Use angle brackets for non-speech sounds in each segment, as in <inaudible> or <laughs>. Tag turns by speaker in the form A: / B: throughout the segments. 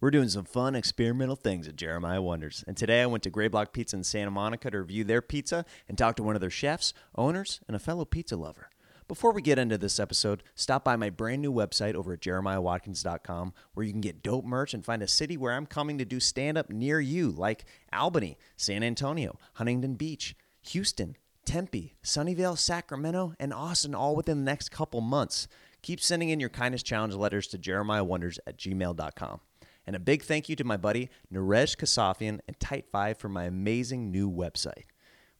A: We're doing some fun experimental things at Jeremiah Wonders. And today I went to Gray Block Pizza in Santa Monica to review their pizza and talk to one of their chefs, owners, and a fellow pizza lover. Before we get into this episode, stop by my brand new website over at jeremiahwatkins.com where you can get dope merch and find a city where I'm coming to do stand up near you, like Albany, San Antonio, Huntington Beach, Houston, Tempe, Sunnyvale, Sacramento, and Austin, all within the next couple months. Keep sending in your kindness challenge letters to jeremiahwonders at gmail.com. And a big thank you to my buddy Naresh Kasafian and Tight Five for my amazing new website.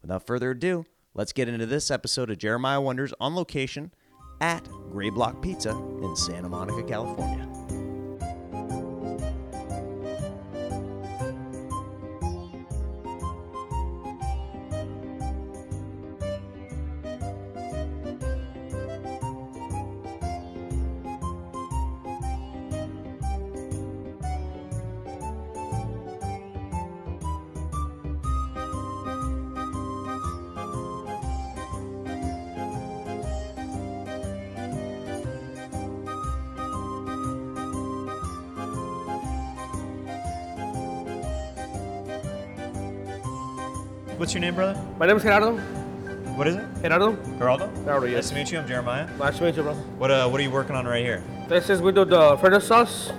A: Without further ado, let's get into this episode of Jeremiah Wonders on location at Gray Block Pizza in Santa Monica, California.
B: What's your name, brother?
C: My name is Gerardo.
B: What is it?
C: Gerardo,
B: Geraldo?
C: Geraldo,
B: Nice
C: yes.
B: to meet you. I'm Jeremiah.
C: Nice to meet you, bro.
B: What uh, what are you working on right here?
C: This is we do the Feta sauce.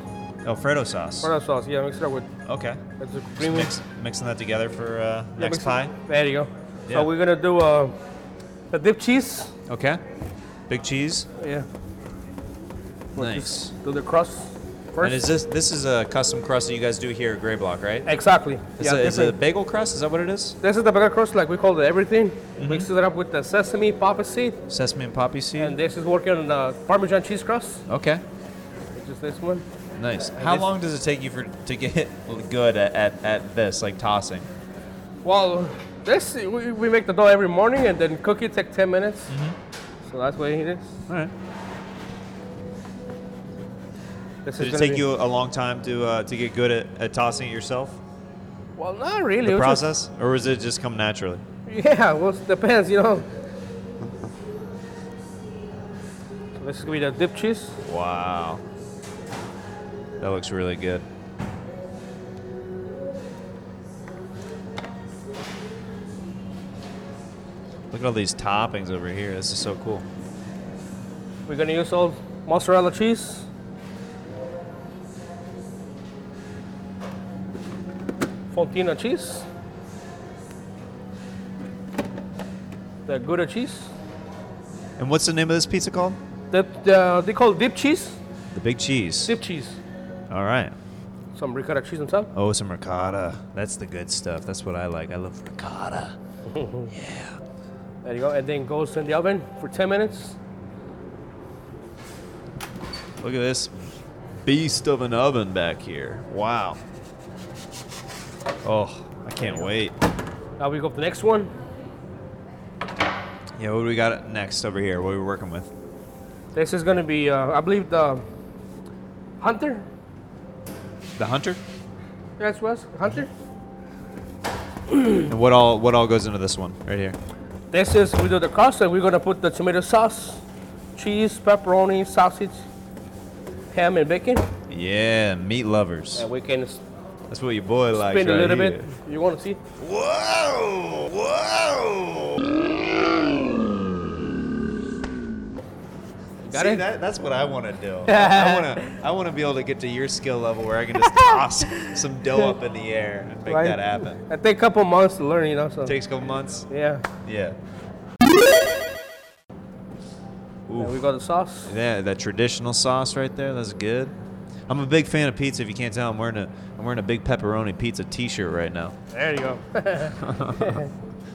B: Alfredo sauce.
C: Feta sauce, yeah, mix it up with
B: Okay.
C: it's a
B: Just
C: creamy.
B: mix, mixing that together for uh,
C: yeah,
B: next
C: mix it-
B: pie.
C: There you go.
B: Yeah.
C: So we're gonna do uh, the dip cheese.
B: Okay. Big cheese.
C: Yeah. We'll
B: Nice.
C: just Do the crust first.
B: And is this this is a custom crust that you guys do here at Gray Block, right?
C: exactly.
B: Is,
C: yeah,
B: it, is it a
C: different.
B: bagel crust? Is that what it is?
C: this is the bigger crust, like we call it everything.
B: Mm-hmm.
C: Mix it up with the sesame, poppy seed,
B: Sesame and poppy seed.
C: and this is working on the Parmesan cheese crust,
B: okay.
C: which is this one.
B: Nice. How
C: this-
B: long does it take you for to get <laughs> good at, at, at this, like tossing?
C: Well, this we, we make the dough every morning and then cook it take 10 minutes. So that's what it is.
B: Mm-hmm. All right.
C: This
B: Did
C: is
B: it
C: gonna
B: take
C: be-
B: you a long time to uh, to get good at, at tossing it yourself?
C: Well, not really.
B: The
C: it was just-
B: process, or was it just come naturally?
C: yeah, well, it depends,
B: <laughs>
C: you know. So this is gonna be the dip cheese.
B: Wow. That looks really good. Look at all these toppings over here. This is so cool.
C: We're gonna use all mozzarella cheese. Fontina cheese. The Gouda cheese.
B: And what's the name of this pizza called?
C: The, the, they call it dip cheese.
B: The Big Cheese.
C: Dip cheese.
B: All right.
C: Some ricotta cheese on top.
B: Oh, some ricotta. That's the good stuff. That's what I like. I love ricotta.
C: There you go. And then goes in the oven for 10 minutes.
B: Look at this beast of an oven back here. Wow. Oh, I can't wait.
C: Now we go to the next one.
B: Yeah, what do we got next over here? What are we working with?
C: This is gonna be, uh, I believe, the Hunter.
B: The Hunter?
C: That's was Hunter.
B: And what all what all goes into this one right here?
C: This is we do the crust, and we're gonna put the tomato sauce, cheese, pepperoni, sausage, ham, and bacon.
B: Yeah, meat lovers.
C: And we can spin
B: That's what your boy likes.
C: a
B: right
C: little
B: here.
C: bit. You wanna see?
B: Whoa! Whoa!
C: Got
B: See,
C: it?
B: That, that's what I want to <laughs> do. I want to. I want to be able to get to your skill level where I can just <laughs> toss some dough up in the air and make
C: Right.
B: that happen.
C: I take a couple months to learn, you know. So
B: Takes a couple months.
C: yeah,
B: Yeah.
C: and we got the sauce.
B: Yeah, that traditional sauce right there. That's good. I'm a big fan of pizza. If you can't tell, I'm wearing a I'm wearing a big pepperoni pizza T-shirt right now.
C: There you go.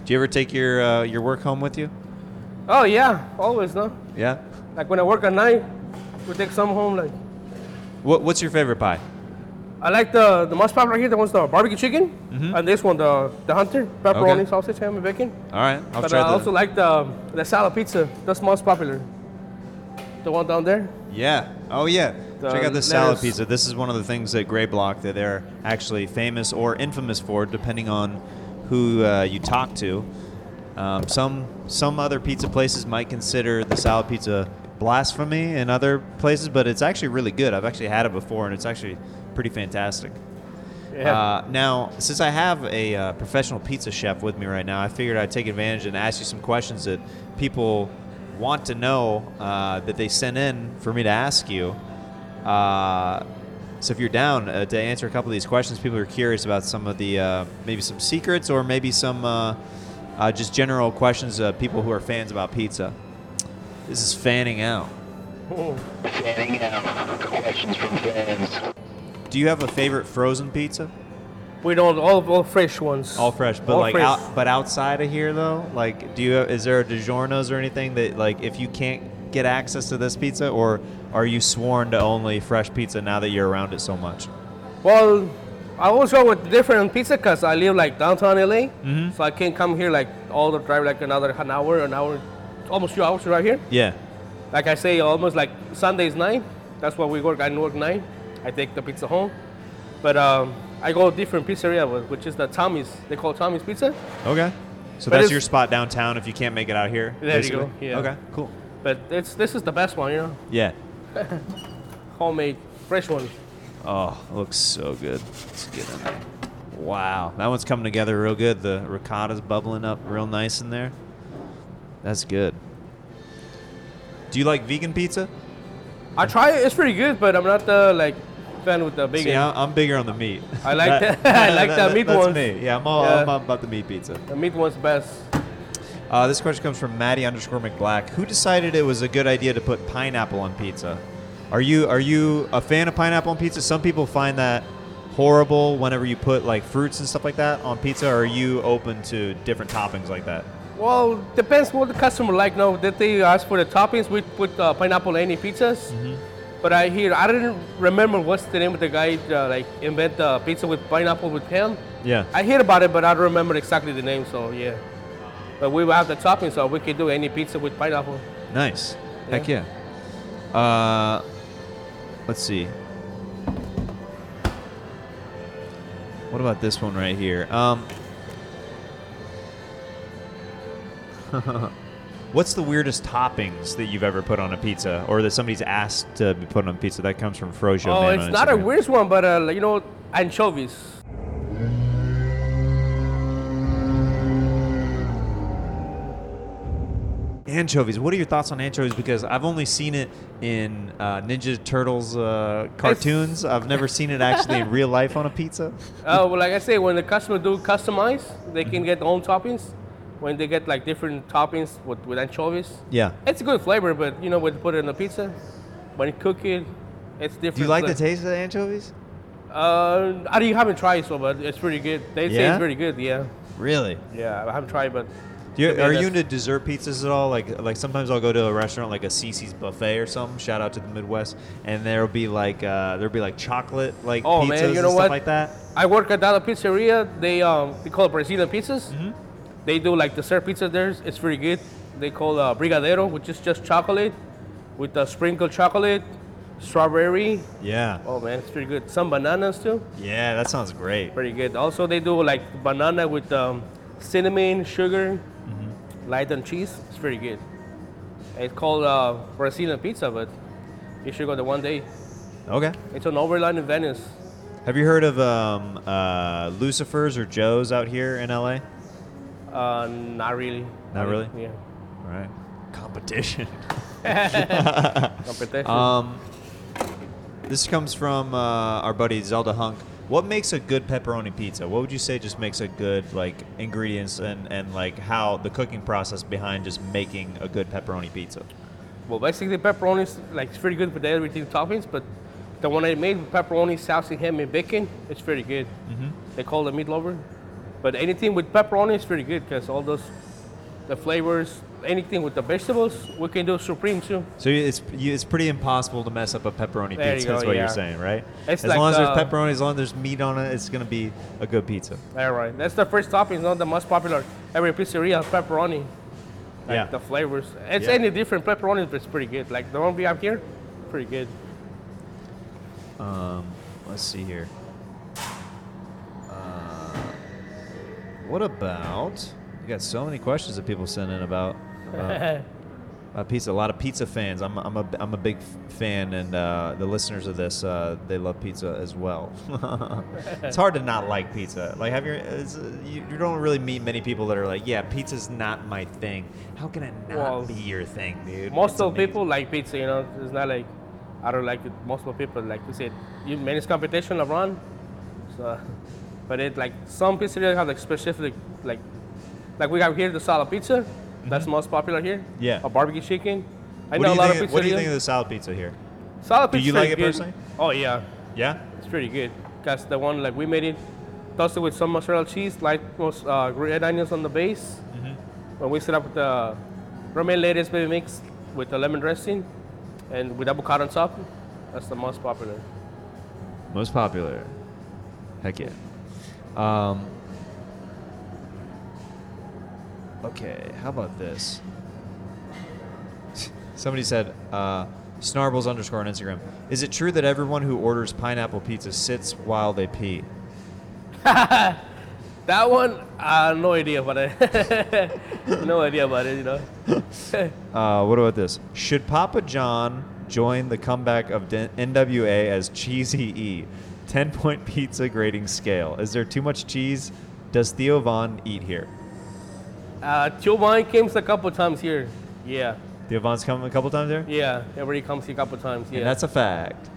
B: Do you ever take your uh, your work home with you?
C: <laughs> oh yeah, always no.
B: Yeah.
C: Like when I work at night, we take some home. Like
B: What What's your favorite pie?
C: I like the the most popular here. The one's the barbecue chicken, and this one the the hunter pepperoni,
B: Mm-hmm. Okay.
C: sausage, ham, and bacon.
B: All right, I'll
C: but
B: try
C: I
B: the.
C: also like the the salad pizza. That's most popular. The one down there.
B: yeah. Oh yeah.
C: The
B: Check out this salad
C: lettuce.
B: pizza. This is one of the things that Gray Block that they're actually famous or infamous for, depending on who uh, you talk to. Um, some some other pizza places might consider the salad pizza blasphemy in other places, but it's actually really good. I've actually had it before, and it's actually pretty fantastic.
C: Yeah.
B: Uh, now, since I have a uh, professional pizza chef with me right now, I figured I'd take advantage and ask you some questions that people want to know uh, that they sent in for me to ask you. Uh, so, if you're down uh, to answer a couple of these questions, people are curious about some of the uh, maybe some secrets or maybe some uh, uh, just general questions uh, people who are fans about pizza. This is fanning out.
D: Fanning out. Questions from fans.
B: Do you have a favorite frozen pizza?
C: we don't all, all fresh ones.
B: All fresh, but
C: All
B: like
C: fresh.
B: out, but outside of here though, like do you is there a DiGiorno's or anything that like if you can't get access to this pizza or are you sworn to only fresh pizza now that you're around it so much?
C: Well, I always go with different pizza cuts. I live like downtown LA,
B: Mm-hmm.
C: so I can't come here like all the drive like another an hour, an hour, almost two hours right here.
B: Yeah.
C: Like I say, almost like Sunday's nine. That's what we work. I work nine. I take the pizza home, but um, I go different pizzeria, wh- which is the Tommy's. They call Tommy's Pizza,
B: Okay. So that's
C: But it's-
B: your spot downtown if you can't make it out here.
C: There you
B: basically?
C: go, yeah.
B: Okay. Cool.
C: but it's this is the best one, you know,
B: Yeah.
C: homemade, fresh one.
B: Oh, it looks so good. It's good in there. Wow, that one's coming together real good. The ricotta's bubbling up real nice in there. That's good. Do you like vegan pizza?
C: I try it. It's pretty good, but I'm not the like fan with the big.
B: See, I'm, I'm bigger on the meat.
C: I like that- <laughs> I like that meat
B: that's
C: one.
B: me. Yeah, I'm all,
C: Yeah.
B: I'm all about the meat pizza.
C: The meat one's best.
B: Uh, this question comes from Maddie underscore McBlack. Who decided it was a good idea to put pineapple on pizza? Are you are you a fan of pineapple on pizza? Some people find that horrible whenever you put like fruits and stuff like that on pizza. Or are you open to different toppings like that?
C: Well, depends what the customer like. No, that they ask for the toppings. We put uh, pineapple any pizzas.
B: Mm-hmm.
C: But I hear I didn't remember what's the name of the guy uh, like invent the pizza with pineapple with ham.
B: Yeah.
C: I hear about it, but I don't remember exactly the name. So yeah. But we will have the toppings, so we can do any pizza with pineapple.
B: Nice. Heck yeah. Uh, let's see. What about this one right here? Um, <laughs> what's the weirdest toppings that you've ever put on a pizza, or that somebody's asked to be put on pizza? That comes from Frojo.
C: oh,
B: Man
C: it's
B: on
C: not a
B: Instagram.
C: weird one, but uh, like, you know, anchovies.
B: Anchovies. What are your thoughts on anchovies? Because I've only seen it in uh, Ninja Turtles uh, cartoons. I've never seen it actually in real life on a
C: <laughs>
B: pizza.
C: Uh, well, like I say, when the customer do customize, they
B: Mm-hmm.
C: can get their own toppings. When they get like different toppings with, with anchovies.
B: Yeah.
C: It's a good flavor, but you know when you put it in the pizza, when you cook it, it's different.
B: Do you like the
C: fla-
B: taste of the anchovies?
C: Uh, I didn't- haven't tried so, but it's pretty good. They say
B: Yeah?
C: it's pretty good. Yeah,
B: Really?
C: yeah, I haven't tried, but
B: are you
C: that's-
B: into dessert pizzas at all? Like, like sometimes I'll go to a restaurant like a Cece's buffet or something. Shout out to the Midwest, and there'll be like uh, there'll be like chocolate like
C: Oh,
B: pizzas
C: man, you
B: and
C: know
B: stuff
C: what?
B: like that.
C: I work at Dalla Pizzeria. They um they call it Brazilian pizzas.
B: Mm-hmm.
C: They do like dessert pizza there. It's pretty good. They call uh, brigadero, which is just chocolate with uh, sprinkled chocolate, strawberry.
B: Yeah,
C: Oh man, it's pretty good. Some bananas too.
B: yeah, that sounds great.
C: pretty good. Also, they do like banana with um, cinnamon, sugar,
B: Mm-hmm.
C: light and cheese. It's pretty good. It's called uh, Brazilian pizza, but you should go there one day.
B: Okay.
C: It's on Overland in Venice.
B: Have you heard of um, uh, Lucifer's or Joe's out here in LA?
C: Uh, not really.
B: Not really?
C: Yeah.
B: All right. Competition.
C: Competition.
B: Um, this comes from uh, our buddy Zelda Hunk. What makes a good pepperoni pizza? What would you say just makes a good like ingredients and and like how the cooking process behind just making a good pepperoni pizza?
C: well, basically, pepperoni is like it's pretty good with everything toppings, but the one I made with pepperoni, sausage, ham, and bacon, it's pretty good. They call it meat lover, but anything with pepperoni is pretty good because all those the flavors, anything with the vegetables, we can do supreme too.
B: So you- it's you, it's pretty impossible to mess up a pepperoni
C: There you
B: pizza.
C: go,
B: That's what
C: yeah.
B: you're saying, right?
C: It's
B: as
C: like
B: long as there's
C: the-
B: pepperoni, as long as there's meat on it, it's gonna be a good pizza.
C: All right, that's the first topping. Not the most popular. Every pizzeria has pepperoni. Like
B: Yeah.
C: the flavors. It's
B: Yeah.
C: any different pepperoni, but it's pretty good. Like the one we have here, pretty good.
B: Um, let's see here.
C: <laughs>
B: Uh, what about? You got so many questions that people sent in about. uh, uh, pizza. A lot of pizza fans. I'm, I'm a I'm a big f- fan, and uh, the listeners of this uh, they love pizza as well. <laughs> it's hard to not like pizza. Like have your it's, uh, you, you don't really meet many people that are like, yeah, pizza's not my thing. How can it not
C: Well,
B: be your thing, dude?
C: Most
B: It's
C: of the
B: amazing.
C: people like pizza, you know. It's not like I don't like it. Most of the people like you said, you manage competition, LeBron. So, but it like some pizzerias have like specific like like we have here the salad pizza. That's most popular here.
B: Mm-hmm. Yeah.
C: A barbecue chicken.
B: What
C: I
B: do
C: know a
B: you
C: lot
B: think-
C: of pizzerias.
B: What do you think of the salad pizza here?
C: salad
B: do
C: pizza?
B: you like it personally?
C: Oh yeah,
B: Yeah.
C: it's pretty good. That's the one like we made it, toasted with some mozzarella cheese, light most uh, red onions on the base. When we set up with the romaine lettuce baby mix with the lemon dressing and with avocado on top, that's the most popular.
B: Most popular. Heck yeah. Um, okay, how about this? <laughs> Somebody said, uh, Snarbles underscore on Instagram. Is it true that everyone who orders pineapple pizza sits while they pee?
C: That one, I have no idea about it. <laughs> no idea about it, you know.
B: Uh, what about this? Should Papa John join the comeback of D- NWA as Cheesy E? 10 point <laughs> pizza grading scale. Is there too much cheese? Does Theo Von eat here?
C: Uh, Tio Vine came a couple times here. Yeah,
B: Theo Von's come a couple times here?
C: yeah. Everybody comes here a couple times. Yeah.
B: And that's a fact.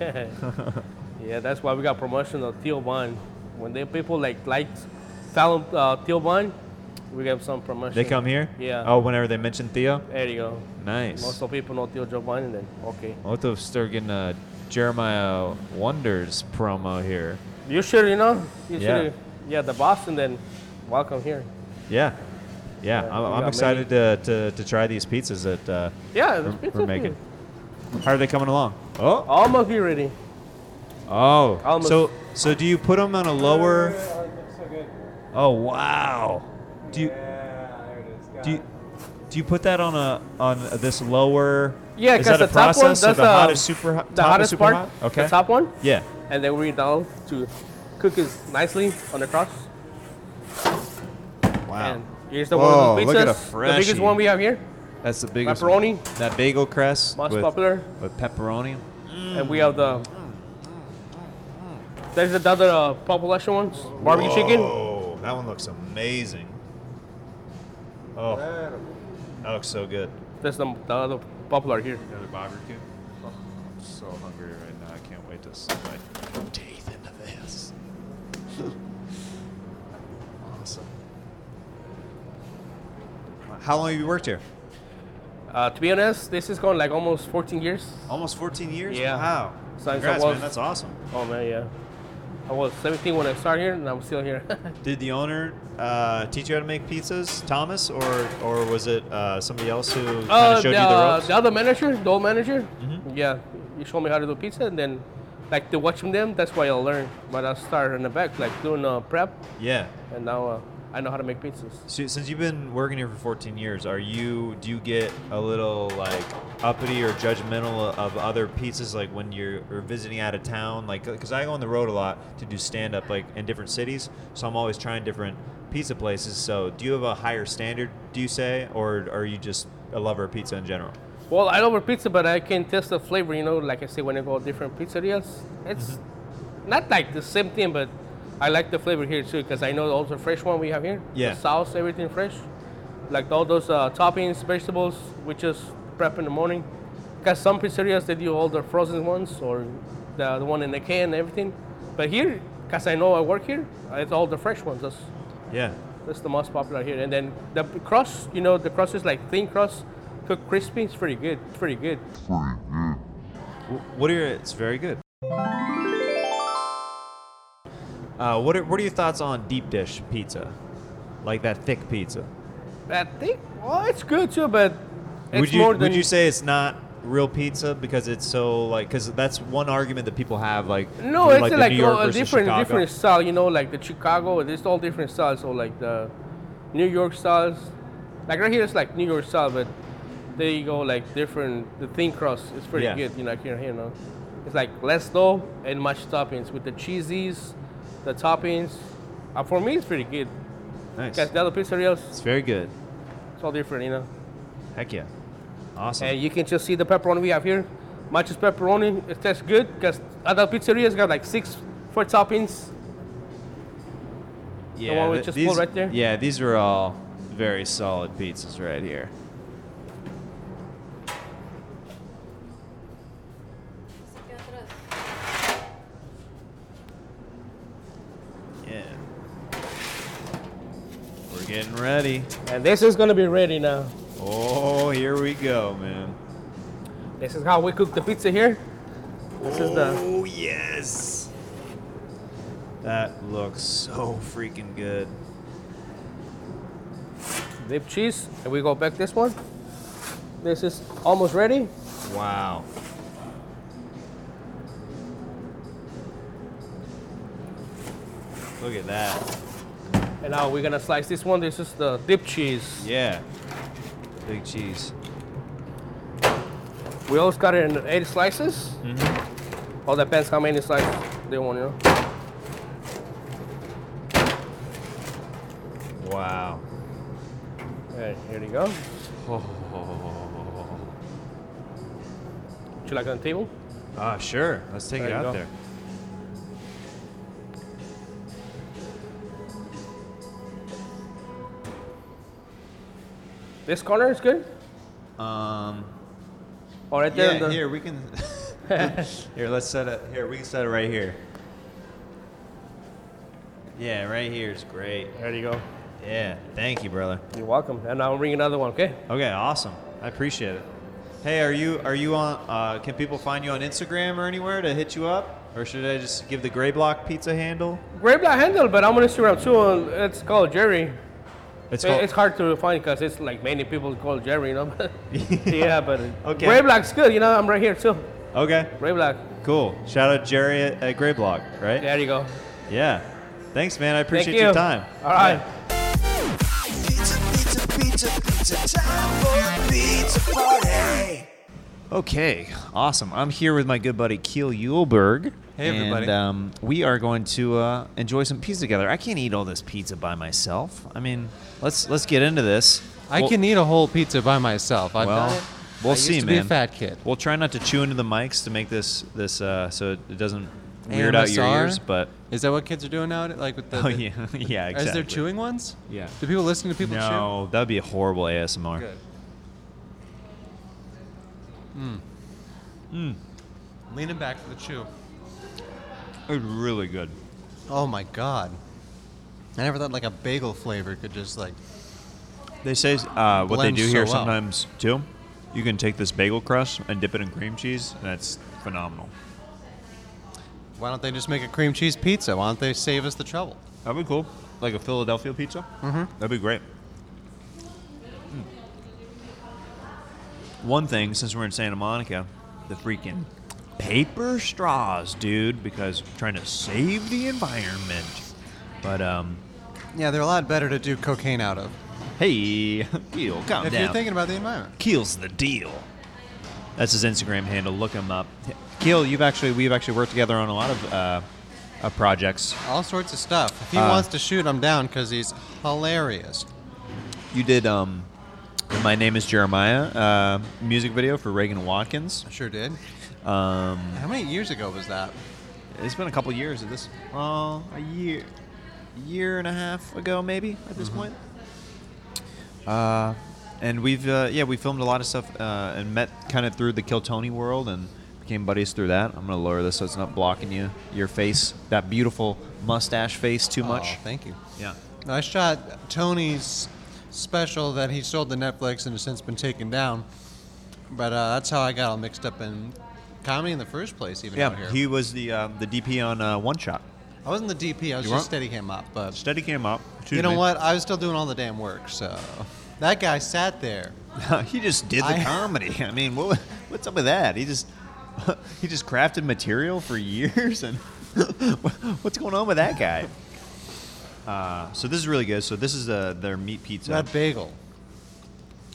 C: <laughs> Yeah, that's why we got promotion of Teal Bond. When they people like like Fallon uh, Teal Bond, we get some promotion.
B: They come here?
C: Yeah.
B: Oh, whenever they mention Theo?
C: There you go. Most
B: Nice.
C: of people know Teal Joe Bond, and then okay.
B: What if they're getting a Jeremiah Wonders promo here?
C: You should, you know, you
B: Yeah.
C: should. Yeah, the Boston. Then welcome here.
B: Yeah. Yeah,
C: we
B: I'm, I'm
C: got
B: excited to, to, to try these pizzas that uh,
C: Yeah,
B: we're,
C: there's pizza
B: we're
C: here.
B: making. How are they coming along? Oh,
C: Almost be ready.
B: oh.
C: Almost.
B: So so do you put them on a lower? Oh wow. Do you do you, do you put that on a on this lower?
C: Yeah,
B: is
C: 'cause
B: that a
C: the top one,
B: process? so
C: that's,
B: the
C: uh,
B: hottest super hot,
C: The
B: top is
C: hottest
B: super
C: part,
B: hot? Okay.
C: the top one,
B: Yeah.
C: and then we down to cook it nicely on the cross.
B: Wow.
C: And here's the
B: Whoa,
C: one with
B: look at a
C: pizzas. The biggest
B: freshie.
C: one we have here,
B: That's the biggest.
C: Pepperoni.
B: That bagel crust.
C: most
B: with,
C: popular.
B: With pepperoni.
C: and we have the. There's the other uh, population ones, barbecue chicken.
B: Oh, that one looks amazing. Oh, that looks so good.
C: That's the, the other popular here.
B: Another barbecue. I'm so hungry right now. I can't wait to sink my teeth into this. <laughs> awesome. How long have you worked here?
C: Uh, to be honest, this is going like almost 14 years.
B: Almost 14 years.
C: Yeah.
B: Wow.
C: Since I
B: Congrats,
C: was-
B: man. That's awesome.
C: Oh man, yeah. I was 17 when I started here, and I'm still here.
B: Did the owner uh, teach you how to make pizzas, Thomas, or or was it uh, somebody else who kind of
C: <laughs>
B: showed
C: Uh, the, Mm-hmm.
B: you the ropes?
C: the other manager, the old manager, yeah, he showed me how to do pizza, and then like to watching them, that's why I learned. But I started in the back, like doing uh, prep,
B: yeah.
C: and now uh, I know how to make pizzas.
B: So, since you've been working here for 14 years, are you do you get a little like uppity or judgmental of other pizzas like when you're or visiting out of town? Like, because I go on the road a lot to do stand up like in different cities, so I'm always trying different pizza places. So, do you have a higher standard? Do you say, or are you just a lover of pizza in general?
C: Well, I love pizza, but I can taste the flavor. You know, like I say, when I go to different pizzerias, it's not like the same thing, but I like the flavor here too because I know also fresh one we have here.
B: Yeah.
C: The sauce, everything fresh, like all those uh, toppings, vegetables, we just prep in the morning. Because some pizzerias they do all the frozen ones or the, the one in the can and everything, but here, because I know I work here, it's all the fresh ones. That's,
B: Yeah,
C: that's the most popular here. And then the p- crust, you know, the crust is like thin crust, cooked crispy. It's pretty good. It's pretty good.
B: Wh- What are your, it's very good. Uh, what are what are your thoughts on deep dish pizza, like that thick pizza?
C: I think, well, it's good too, but it's
B: would you
C: more than
B: would you say it's not real pizza because it's so like because that's one argument that people have like
C: no,
B: from,
C: it's
B: the
C: like,
B: New
C: a-
B: York
C: a
B: versus
C: different
B: Chicago.
C: different style. You know, like the Chicago. It's all different styles. So like the New York styles, like right here, it's like New York style, but there you go, like different. The thin crust is pretty
B: Yeah.
C: good. You know, like here, you know, it's like less dough and much toppings with the cheesies, the toppings. Uh, for me, it's pretty good.
B: Nice.
C: Because the other pizzerias,
B: It's very good.
C: It's all different, you know.
B: Heck yeah. Awesome.
C: And you can just see the pepperoni we have here. Matches pepperoni, it tastes good because other pizzerias got like six, four toppings.
B: yeah,
C: one we
B: th-
C: just
B: these,
C: pulled right there?
B: Yeah, these are all very solid pizzas right here. Yeah. We're getting ready.
C: And this is gonna be ready now.
B: Oh, here we go, man.
C: This is how we cook the pizza here. This is the
B: Oh, yes. That looks so freaking good.
C: dip cheese. And we go back this one. This is almost ready.
B: Wow. Look at that.
C: And now we're gonna slice this one. This is the dip cheese.
B: Yeah. Big cheese.
C: We always got it in eight slices. All depends how many slices they want, you know.
B: Wow.
C: Alright, here we go. Would you like on the table?
B: Ah, sure. Let's take
C: There
B: it
C: you
B: out
C: go.
B: there.
C: This corner is good.
B: Um,
C: All right there.
B: yeah,
C: the-
B: here we <laughs> can. here, let's set it. Here, we can set it right here. Yeah, right here is great.
C: There you go.
B: Yeah, thank you, brother.
C: You're welcome. And I'll bring another one, okay?
B: Okay, awesome. I appreciate it. Hey, are you are you on? Uh, can people find you on Instagram or anywhere to hit you up, or should I just give the Gray Block Pizza handle?
C: Grape Black handle, but I'm on Instagram too. and It's called Jerry.
B: It's
C: It-
B: called.
C: It's hard to find because it's like many people call Jerry, you know? <laughs>
B: <laughs>
C: yeah, but
B: Okay.
C: Grape Black's good, you know? I'm right here too.
B: okay,
C: Grape Black.
B: cool. Shout out Jerry at, at Gray Block, right?
C: There you go.
B: Yeah. Thanks, man. I
C: Thank
B: appreciate
C: you.
B: your time.
C: All right.
E: Pizza, pizza, pizza, pizza, time for a pizza party.
B: Okay, awesome. I'm here with my good buddy Keel Yulberg.
F: Hey, everybody.
B: And um, we are going to uh, enjoy some pizza together. I can't eat all this pizza by myself. I mean, let's let's get into this.
F: I
B: We'll-
F: can eat a whole pizza by myself. I've
B: Well,
F: done it.
B: we'll
F: I
B: see,
F: used to
B: man.
F: Be a fat kid.
B: We'll try not to chew into the mics to make this this uh, so it doesn't weird out your
F: AMSR?
B: ears. But <laughs>
F: Is that what kids are doing now? Like with the
B: oh yeah, <laughs> yeah, exactly.
F: Is there chewing ones?
B: Yeah.
F: Do people listen to people
B: No, that'd be a horrible ASMR.
F: chew? Good. Mm. Mm. Leaning back for the chew.
B: It's really good.
F: Oh my god. I never thought like a bagel flavor could just like
B: They say uh, what they
F: Blends
B: do here
F: so well.
B: sometimes too. You can take this bagel crust and dip it in cream cheese, and that's phenomenal.
F: why don't they just make a cream cheese pizza? Why don't they save us the trouble?
B: That'd be cool, like a Philadelphia pizza. Mm-hmm. That'd be great. Mm. One thing, since we're in Santa Monica, the freaking paper straws, dude, because we're trying to save the environment. But um,
F: Yeah, they're a lot better to do cocaine out of.
B: hey, <laughs> Keel, calm
F: If
B: down.
F: you're thinking about the environment.
B: Keel's the deal. That's his Instagram handle. Look him up. Keel, you've actually we've actually worked together on a lot of uh, uh, projects.
F: All sorts of stuff. If he
B: Uh,
F: wants to shoot, I'm down because he's hilarious.
B: You did um, the my name is Jeremiah uh, music video for Reagan Watkins.
F: I sure did.
B: Um,
F: How many years ago was that?
B: it's been a couple years at this. Uh, a year, year and a half ago maybe at
F: Mm-hmm.
B: this point. Uh, and we've uh, yeah we filmed a lot of stuff uh, and met kind of through the Kiltony world and became buddies through that. I'm gonna lower this so it's not blocking you your face that beautiful mustache face too much.
F: Oh, thank you.
B: yeah.
F: I shot Tony's special that he sold to Netflix and has since been taken down. But uh, that's how I got all mixed up in comedy in the first place, even out
B: Yeah,
F: here.
B: he was the um, the DP on uh, One Shot.
F: I wasn't the DP,
B: You
F: I was just
B: weren't?
F: steady him up. But
B: Steady came up.
F: you know what? I was still doing all the damn work, so that guy sat there.
B: <laughs> he just did the
F: I-
B: comedy. I mean, what, what's up with that? He just <laughs> he just crafted material for years, and <laughs> what's going on with that guy? Uh, so this is really good. So this is uh, their meat pizza.
F: That bagel.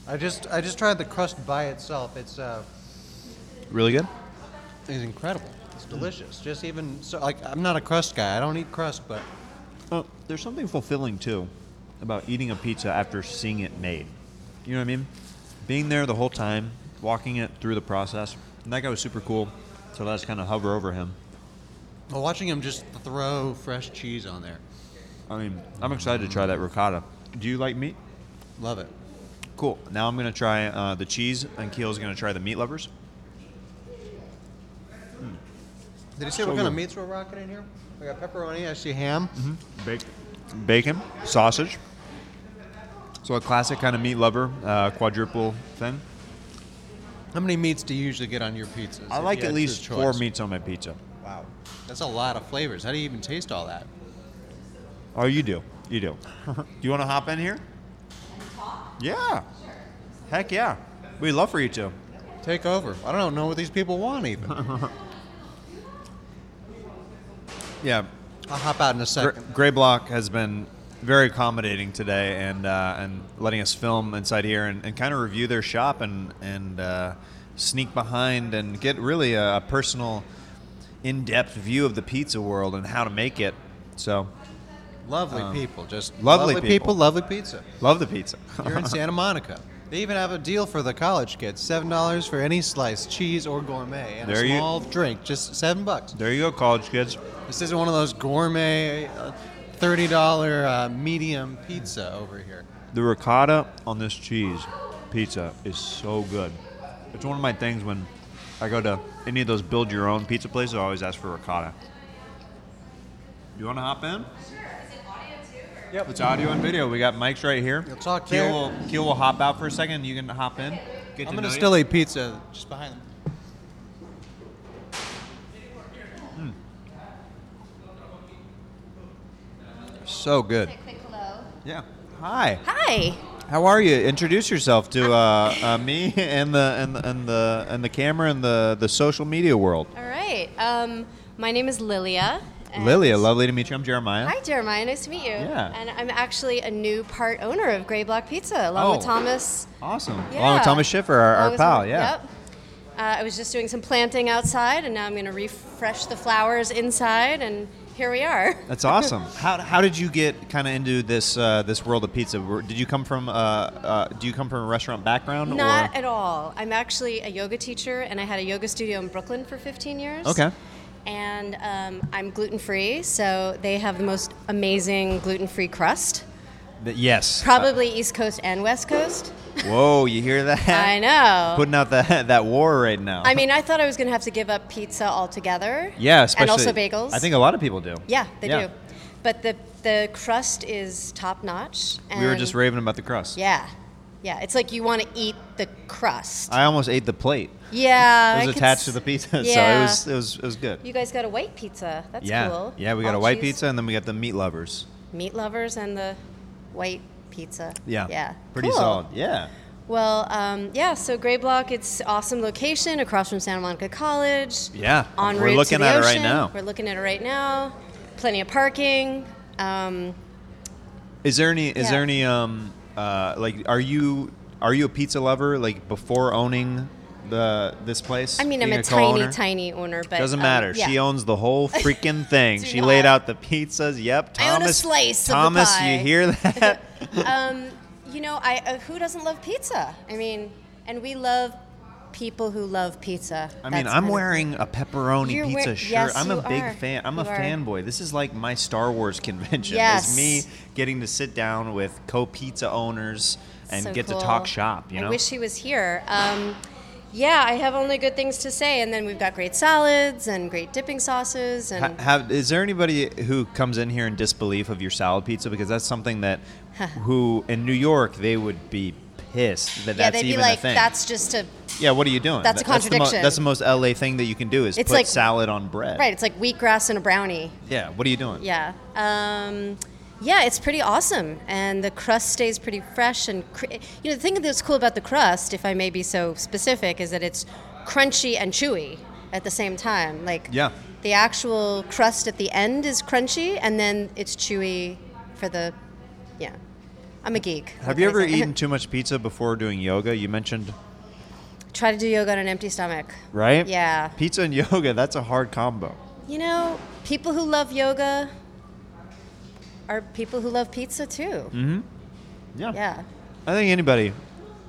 F: I just I just tried the crust by itself. It's uh
B: really good.
F: it's incredible. It's
B: Mm.
F: delicious. Just even so like I'm not a crust guy. I don't eat crust, but
B: Oh, there's something fulfilling too about eating a pizza after seeing it made. You know what I mean? Being there the whole time, walking it through the process. And that guy was super cool. So let's kind of hover over him.
F: Well, watching him just throw fresh cheese on there,
B: I mean, I'm excited to try that ricotta. Do you like meat?
F: love it.
B: Cool. Now I'm gonna try uh, the cheese, and Keel's gonna try the meat lovers.
F: Did you say what kind of meats we're rocking in here? I got pepperoni. I see ham.
B: Bacon. Bacon, sausage. So a classic kind of meat lover, uh, quadruple thing.
F: How many meats do you usually get on your pizzas?
B: I
F: if
B: like
F: you
B: at
F: had
B: least
F: your
B: four
F: choice?
B: meats on my pizza.
F: Wow, that's a lot of flavors. How do you even taste all that?
B: Oh, you do. You do. do you want to hop in here? Yeah. Heck yeah. We'd love for you to.
F: Take over. I don't know what these people want even.
B: <laughs> Yeah.
F: I'll hop out in a
B: Gr-
F: second.
B: Gray Block has been very accommodating today and uh, and letting us film inside here and, and kind of review their shop and and uh, sneak behind and get really a, a personal, in depth view of the pizza world and how to make it. So
F: Lovely people, just
B: uh, lovely
F: lovely
B: people.
F: people, lovely pizza.
B: love the pizza.
F: You're in Santa Monica. They even have a deal for the college kids: seven dollars for any slice, cheese or gourmet, and
B: There
F: a
B: you-
F: small drink, just seven bucks.
B: <laughs> there you go, college kids.
F: This isn't one of those gourmet, uh, thirty dollar uh, medium pizza over here.
B: The ricotta on this cheese pizza is so good. It's one of my things when I go to any of those build your own pizza places, I always ask for ricotta. You want to hop in? Yep. It's audio and video. We got mics right here.
F: You'll talk
B: Keel
F: there.
B: will, Keel will hop out for a second. You can hop in. Get
F: I'm
B: to know
F: gonna
B: you.
F: still eat pizza just behind them.
B: So good.
G: Quick hello.
B: Yeah. Hi.
G: Hi.
B: How are you? Introduce yourself to uh, uh, me and the and the, and the and the camera and the the social media world.
G: All right. Um, my name is Lilia. and-
B: Lilia, lovely to meet you. I'm Jeremiah.
G: Hi, Jeremiah. Nice to meet you.
B: Yeah.
G: And I'm actually a new part owner of Gray Block Pizza, along
B: Oh.
G: with Thomas.
B: Awesome.
G: Yeah.
B: Along with Thomas Schiffer, our,
G: along
B: our
G: with-
B: pal, yeah.
G: Yep. Uh, I was just doing some planting outside, and now I'm going to refresh the flowers inside, and here we are. <laughs>
B: That's awesome. how, how did you get kind of into this uh, this world of pizza? Were- Did you come from uh, uh, do you come from a restaurant background
G: Not
B: or
G: at all. I'm actually a yoga teacher, and I had a yoga studio in Brooklyn for 15 years.
B: Okay.
G: And um, I'm gluten free, so they have the most amazing gluten free crust.
B: Th- yes?
G: Probably East Coast and West
B: <laughs>
G: Coast.
B: Uh, whoa, you hear that?
G: <laughs> I know.
B: Putting out that <laughs> that war right now.
G: I mean, I thought I was going to have to give up pizza altogether.
B: <laughs> yeah, especially
G: and also bagels.
B: I think a lot of people do.
G: Yeah, they
B: Yeah.
G: do. But the the crust is top notch.
B: We were just raving about the crust.
G: Yeah, yeah. It's like you want to eat the crust.
B: I almost ate the plate. It
G: yeah. Oh, I
B: was
G: could
B: attached
G: s-
B: to the pizza, <laughs> so it
G: yeah.
B: was it was it was good.
G: You guys got a white pizza. That's
B: yeah.
G: cool.
B: Yeah, we got a
G: All
B: white
G: cheese,
B: pizza and then we got the meat lovers.
G: Meat lovers and the white pizza.
B: Yeah.
G: Yeah.
B: Pretty
G: Cool.
B: solid. Yeah.
G: Well, um, yeah. So Gray Block, it's awesome location across from Santa Monica College.
B: Yeah.
G: En
B: We're
G: route to
B: looking
G: the
B: at it right
G: ocean.
B: now.
G: We're looking at it right now. Plenty of parking. Um,
B: Is there any? Is
G: Yeah.
B: there any? Um, uh, like, are you are you a pizza lover? Like before owning the this place?
G: I mean, I'm
B: Being
G: a, tiny,
B: co-owner?
G: tiny owner, but
B: Doesn't
G: um,
B: matter.
G: yeah.
B: She owns the whole
G: <laughs>
B: freaking thing.
G: Do
B: she laid
G: not.
B: out the pizzas. Yep.
G: I own
B: Thomas,
G: a slice of the
B: Thomas,
G: pie.
B: you hear that?
G: <laughs> You know, I uh, who doesn't love pizza? I mean, and we love people who love pizza.
B: I mean,
G: That's kind
B: I'm
G: of-
B: wearing a pepperoni
G: You're wear-
B: pizza shirt.
G: yes,
B: I'm a
G: you
B: big
G: are.
B: fan. I'm a
G: You are.
B: fanboy. This is like my Star Wars convention. It's
G: Yes.
B: me getting to sit down with co-pizza owners and
G: So
B: get
G: cool.
B: to talk shop. You know.
G: I wish he was here. Um, yeah, I have only good things to say, and then we've got great salads and great dipping sauces, and
B: Ha- Have, is there anybody who comes in here in disbelief of your salad pizza because that's something that who in New York they would be pissed that
G: yeah,
B: that's
G: they'd be
B: even a
G: like,
B: thing.
G: "That's just a
B: yeah, what are you doing?
G: that's a
B: Th- the mo-
G: contradiction.
B: That's the, most LA thing that you can do is
G: It's
B: put
G: like-
B: salad on bread.
G: right." It's like wheatgrass and a brownie.
B: Yeah. What are you doing?
G: Yeah. Um, yeah, it's pretty awesome, and the crust stays pretty fresh. And cr- you know, the thing that's cool about the crust, if I may be so specific, is that it's crunchy and chewy at the same time. Like
B: Yeah.
G: the actual crust at the end is crunchy, and then it's chewy for the yeah. I'm a geek. What
B: Have you
G: can I
B: ever
G: say?
B: eaten too much pizza before doing yoga? You mentioned
G: <laughs> Try to do yoga on an empty stomach.
B: right.
G: Yeah.
B: Pizza and <laughs> yoga. That's a hard combo.
G: You know, people who love yoga are people who love pizza too.
B: Yeah.
G: Yeah.
B: I think anybody.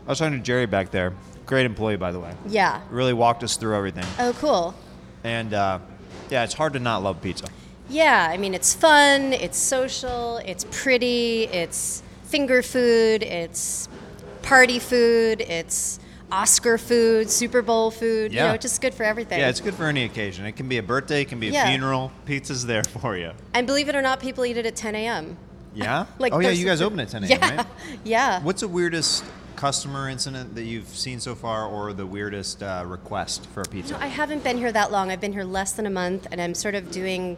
B: I was talking to Jerry back there. great employee, by the way.
G: Yeah.
B: Really walked us through everything.
G: Oh, cool.
B: And uh, yeah, it's hard to not love pizza.
G: Yeah, I mean, it's fun, it's social, it's pretty, it's finger food, it's party food, it's Oscar food, Super Bowl food.
B: Yeah.
G: You know, just good for everything.
B: Yeah, it's good for any occasion. It can be a birthday, it can be a
G: Yeah.
B: funeral. Pizza's there for you.
G: and believe it or not, people eat it at 10 a.m.
B: Yeah?
G: <laughs> Like
B: oh, yeah,
G: there's-
B: you guys open at 10 a.m.,
G: Yeah.
B: right?
G: <laughs> Yeah.
B: What's the weirdest customer incident that you've seen so far, or the weirdest uh, request for a
G: No,
B: pizza?
G: I haven't been here that long. I've been here less than a month, and I'm sort of doing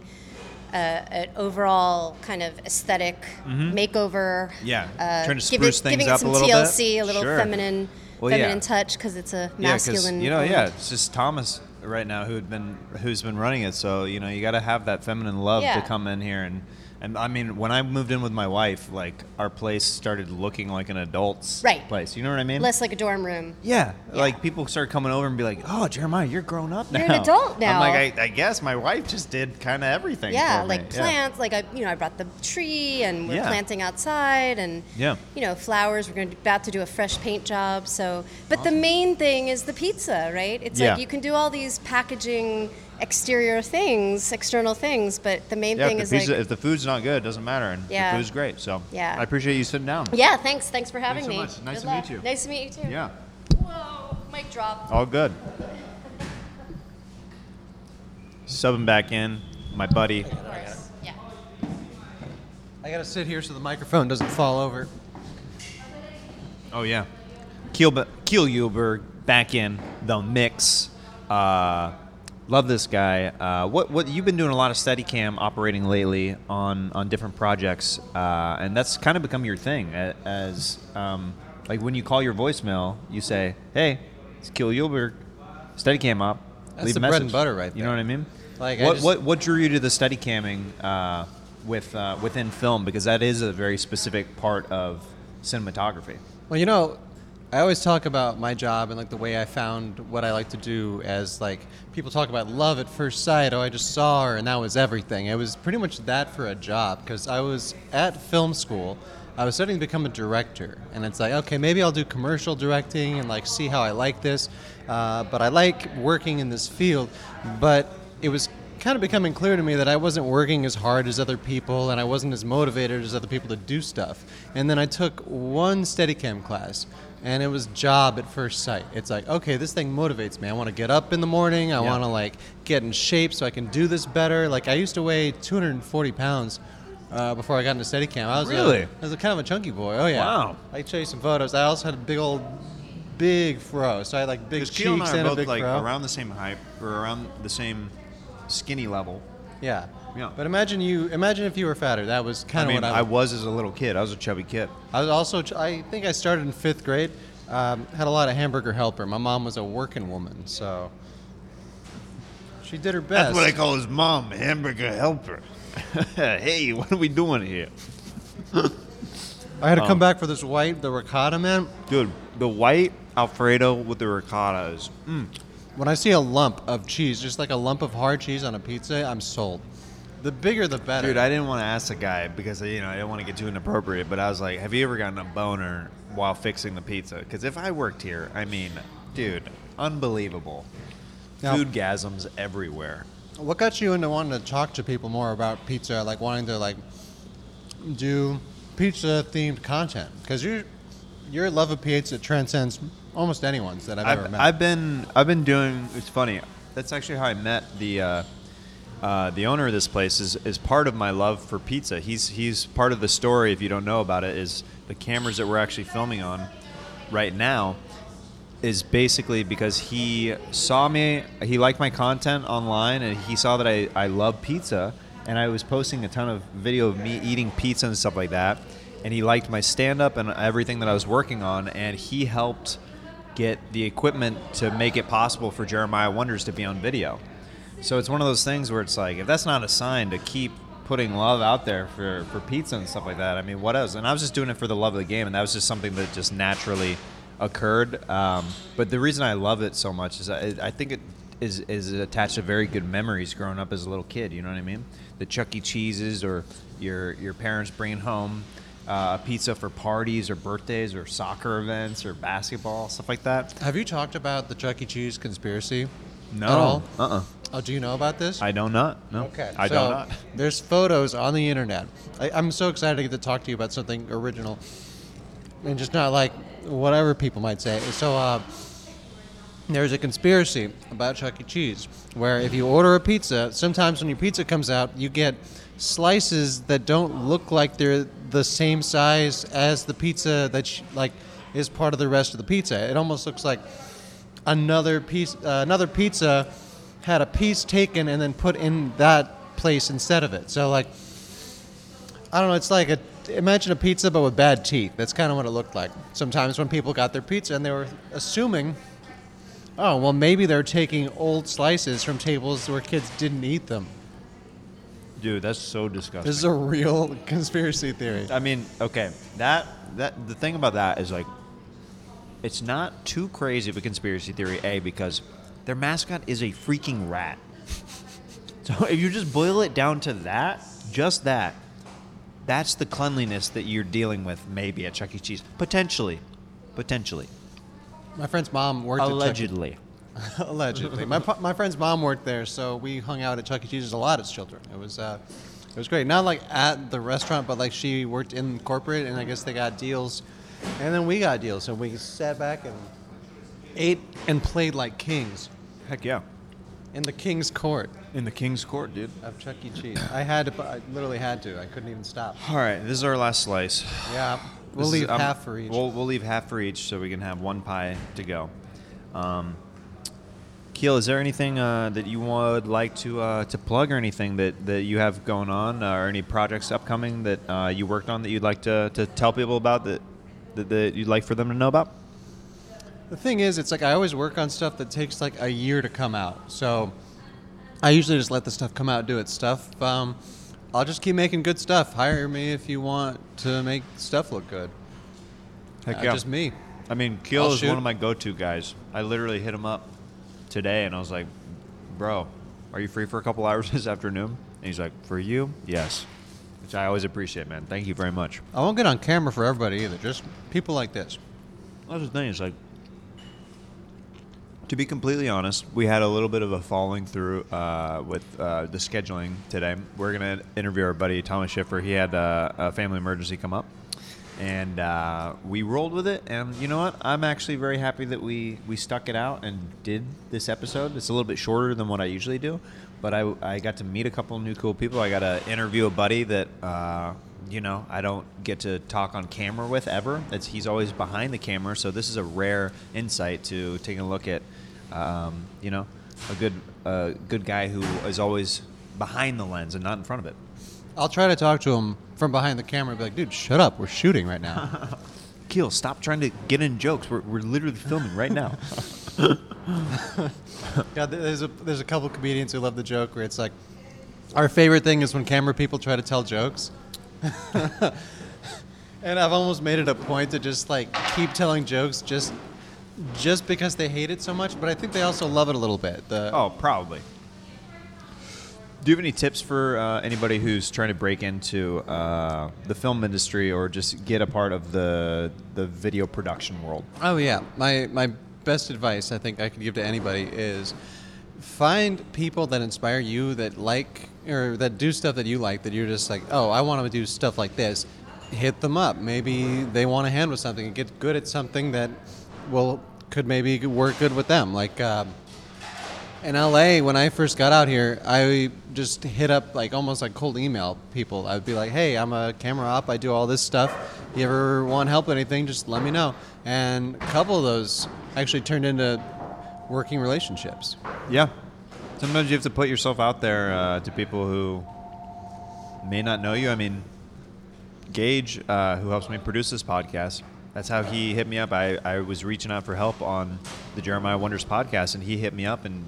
G: uh, an overall kind of aesthetic makeover.
B: Mm-hmm. Yeah,
G: uh,
B: trying to
G: give
B: spruce
G: it,
B: things
G: giving
B: up a
G: it some
B: little bit.
G: TLC, a little
B: Sure.
G: feminine,
B: Well, yeah.
G: feminine touch because it's a
B: yeah, because
G: masculine.
B: you know, yeah,
G: element.
B: it's just Thomas right now who had been who's been running it. So you know, you got to have that feminine love
G: Yeah.
B: to come in here and. And I mean, when I moved in with my wife, like our place started looking like an adult's
G: Right.
B: place. You know what I mean?
G: less like a dorm room.
B: Yeah, like people start coming over and be like, "Oh, Jeremiah, you're grown up now.
G: You're an adult now."
B: I'm like, I, I guess my wife just did kind of everything.
G: Yeah,
B: for me."
G: like plants. Like I, you know, I brought the tree, and we're
B: Yeah.
G: planting outside, and
B: Yeah.
G: you know, flowers. We're going to about to do a fresh paint job. So, but the main thing is the pizza, right? It's
B: Yeah.
G: like you can do all these packaging, exterior things, external things, but the main
B: Yeah,
G: thing
B: if
G: is
B: the, pizza,
G: like,
B: if the food's not good, it doesn't matter. And
G: Yeah.
B: the food's great. So
G: Yeah.
B: I appreciate you sitting down.
G: yeah. Thanks, thanks for having
B: so
G: me.
B: much. Nice
G: Good
B: to meet
G: luck.
B: you.
G: Nice to meet you too.
B: Yeah,
G: Whoa, mic drop.
B: all good. Subbing back in, my buddy.
G: Of course. Yeah.
F: I gotta sit here so the microphone doesn't fall over.
B: Oh yeah, Kiel Kiel Uberg back in the mix. Uh, love this guy. Uh, what what you've been doing a lot of Steadicam operating lately on on different projects, uh, and that's kind of become your thing. a- As um, like when you call your voicemail, you say, "Hey, it's Kiel Uberg, Steadicam op."
F: That's
B: Leave a
F: the bread
B: message."
F: and butter right
B: You know
F: there.
B: what I mean?
F: Like, I
B: what
F: just-
B: what what drew you to the Steadicamming uh, with uh, within film because that is a very specific part of cinematography.
F: Well, you know, I always talk about my job and like the way I found what I like to do as like people talk about love at first sight. Oh, I just saw her and that was everything. It was pretty much that for a job because I was at film school. I was starting to become a director, and it's like, okay, maybe I'll do commercial directing and like see how I like this. Uh, but I like working in this field, but it was kind of becoming clear to me that I wasn't working as hard as other people and I wasn't as motivated as other people to do stuff. And then I took one Steadicam class and it was job at first sight. It's like, okay, this thing motivates me. I want to get up in the morning. I
B: Yeah.
F: want to like get in shape so I can do this better. Like I used to weigh 240 pounds uh, before I got into Steadicam. I was a-
B: Really?
F: I was a kind of a chunky boy. Oh yeah.
B: Wow.
F: I can show you some photos. I also had a big old, big fro. So I had like big
B: Because
F: cheeks
B: Keel and I are
F: and a
B: both
F: big
B: like
F: fro.
B: around the same height, or around the same skinny level.
F: Yeah.
B: Yeah.
F: But imagine you imagine if you were fatter. That was
B: I
F: kind of
B: mean,
F: what
B: I,
F: I,
B: was as a little kid. I was a chubby kid.
F: I was also ch- I think I started in 5th grade. Um, had a lot of hamburger helper. My mom was a working woman, so she did her best.
B: call his mom, hamburger helper. <laughs> hey, what are we doing here,
F: I had to come back for this white, the ricotta man.
B: dude? The white Alfredo with the ricotta is. Mm.
F: When I see a lump of cheese, just like a lump of hard cheese on a pizza, I'm sold. The bigger the better.
B: Dude, I didn't want to ask the guy because you know I didn't want to get too inappropriate, but I was like, "Have you ever gotten a boner while fixing the pizza?" Because if I worked here, I mean, dude, unbelievable.
F: Now-
B: Food gasms everywhere.
F: What got you into wanting to talk to people more about pizza, like wanting to like do pizza themed content? Because your your love of pizza transcends almost anyone's that I've, ever
B: I've,
F: met.
B: I've been I've been doing. It's funny. That's actually how I met the uh, uh, the owner of this place. Is is part of my love for pizza. He's he's part of the story. If you don't know about it, is the cameras that we're actually filming on right now is basically because he saw me he liked my content online and he saw that I, I love pizza and I was posting a ton of video of me eating pizza and stuff like that and he liked my stand up and everything that I was working on and he helped get the equipment to make it possible for Jeremiah Wonders to be on video. So it's one of those things where it's like if that's not a sign to keep putting love out there for, for pizza and stuff like that, I mean, what else? And I was just doing it for the love of the game, and that was just something that just naturally occurred. Um, but the reason I love it so much is I, I think it is is attached to very good memories growing up as a little kid. You know what I mean? The Chuck E. Cheese's or your your parents bringing home uh, pizza for parties or birthdays or soccer events or basketball stuff like that.
F: Have you talked about the Chuck E. Cheese conspiracy?
B: No.
F: At all?
B: Uh. uh
F: Oh, do you know about this?
B: I don't not. No.
F: Okay.
B: I
F: so
B: don't <laughs> not.
F: There's photos on the internet. I, I'm so excited to get to talk to you about something original and just not like whatever people might say. So, uh, there's a conspiracy about Chuck E. Cheese where if you order a pizza, sometimes when your pizza comes out, you get slices that don't look like they're the same size as the pizza that sh- like is part of the rest of the pizza. It almost looks like another piece, uh, another pizza had a piece taken and then put in that place instead of it. So like, I don't know. It's like a imagine a pizza but with bad teeth. That's kind of what it looked like. Sometimes when people got their pizza and they were assuming, oh well, maybe they're taking old slices from tables where kids didn't eat them.
B: Dude, that's so disgusting.
F: This is a real <laughs> conspiracy theory.
B: I mean, okay, that that the thing about that is like, it's not too crazy of a conspiracy theory. A because their mascot is a freaking rat. <laughs> So if you just boil it down to that, just that, that's the cleanliness that you're dealing with. Maybe at Chuck E. Cheese, potentially, potentially,
F: My friend's mom worked at Chuck E.
B: allegedly.
F: <laughs> Allegedly, my pa- my friend's mom worked there, so we hung out at Chuck E. Cheese's a lot as children. It was uh, it was great. Not like at the restaurant, but like she worked in corporate, and I guess they got deals, and then we got deals, and we sat back and ate and played like kings
B: Heck yeah,
F: in the king's court
B: in the King's Court, dude.
F: of Chuck E. Cheese. I had to, I literally had to. I couldn't even stop.
B: All right, this is our last slice.
F: Yeah, we'll
B: This is-
F: leave
B: I'm-
F: half for each.
B: We'll, we'll leave half for each so we can have one pie to go. Um, Keel, is there anything uh, that you would like to uh, to plug or anything that, that you have going on uh, or any projects upcoming that uh, you worked on that you'd like to, to tell people about that, that, that you'd like for them to know about?
F: The thing is, it's like I always work on stuff that takes like a year to come out. So I usually just let the stuff come out, do its stuff. Um, I'll just keep making good stuff. Hire me if you want to make stuff look good.
B: Heck
F: Uh, Just me.
B: I mean, Keel
F: I'll
B: is one
F: shoot.
B: of my go-to guys. I literally hit him up today, and I was like, "Bro, are you free for a couple <laughs> hours this afternoon?" And he's like, "For you, yes," which I always appreciate, man. Thank you very much.
F: I won't get on camera for everybody either. Just people like this.
B: That's the thing. It's like, to be completely honest, we had a little bit of a falling through uh, with uh, the scheduling today. We're gonna interview our buddy Thomas Schiffer. He had uh, a family emergency come up, and uh, we rolled with it. And you know what? I'm actually very happy that we we stuck it out and did this episode. It's a little bit shorter than what I usually do, but I I got to meet a couple new cool people. I got to interview a buddy that. Uh, you know, I don't get to talk on camera with ever. It's, he's always behind the camera, so this is a rare insight to taking a look at, um, you know, a good uh, good guy who is always behind the lens and not in front of it.
F: I'll try to talk to him from behind the camera and be like, dude, shut up. We're shooting right now.
B: Keel, stop trying to get in jokes. We're, we're literally filming right now.
F: yeah, there- there's a, there's a couple comedians who love the joke where it's like, our favorite thing is when camera people try to tell jokes. <laughs> And I've almost made it a point to just like keep telling jokes just just because they hate it so much, but I think they also love it a little bit. The,
B: oh, probably. Do you have any tips for uh, anybody who's trying to break into uh, the film industry or just get a part of the the video production world?
F: Oh yeah, my my best advice I think I could give to anybody is find people that inspire you that like or that do stuff that you like that you're just like, "Oh, I want to do stuff like this." Hit them up. Maybe they want a hand with something and get good at something that will could maybe work good with them. Like um, in LA, when I first got out here, I just hit up like almost like cold email people. I would be like, "Hey, I'm a camera op. I do all this stuff. You ever want help with anything? Just let me know." And a couple of those actually turned into working relationships.
B: Yeah. Sometimes you have to put yourself out there uh, to people who may not know you. I mean, Gage, uh, who helps me produce this podcast, that's how he hit me up. I, I was reaching out for help on the Jeremiah Wonders podcast, and he hit me up and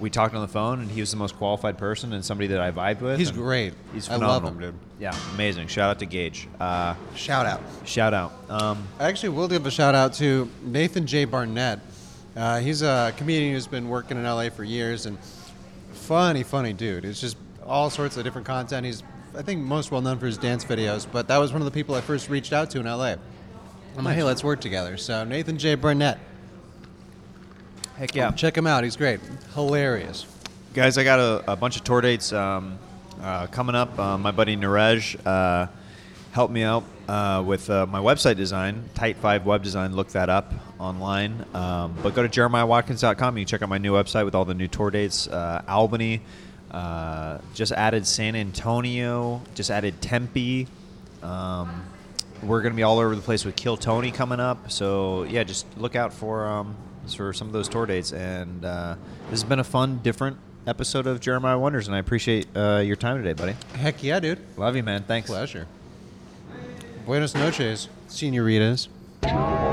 B: we talked on the phone, and he was the most qualified person and somebody that I vibed with.
F: He's
B: and
F: great.
B: He's
F: I
B: phenomenal.
F: love him, dude.
B: Yeah, amazing. Shout out to Gage. Uh,
F: Shout out.
B: shout out. Um,
F: I actually will give a shout out to Nathan J. Barnett. Uh, he's a comedian who's been working in LA for years and funny, funny dude. It's just all sorts of different content. He's I think most well known for his dance videos, but that was one of the people I first reached out to in LA. I'm like, hey, let's work together. So Nathan J. Burnett,
B: Heck yeah.
F: check him out. He's great, hilarious.
B: guys i got a, a bunch of tour dates um, uh, coming up uh, my buddy Narej uh, helped me out uh, with uh, my website design tight 5 web design look that up online um, but go to jeremiahwatkins.com you can check out my new website with all the new tour dates uh, albany uh, just added san antonio just added tempe um, we're going to be all over the place with Kill Tony coming up. So yeah, just look out for um, for some of those tour dates. And uh, this has been a fun, different episode of Jeremiah Wonders, and I appreciate uh, your time today, buddy.
F: Heck yeah, dude.
B: Love you, man. Thanks.
F: Pleasure. Buenos noches, senoritas.
B: Oh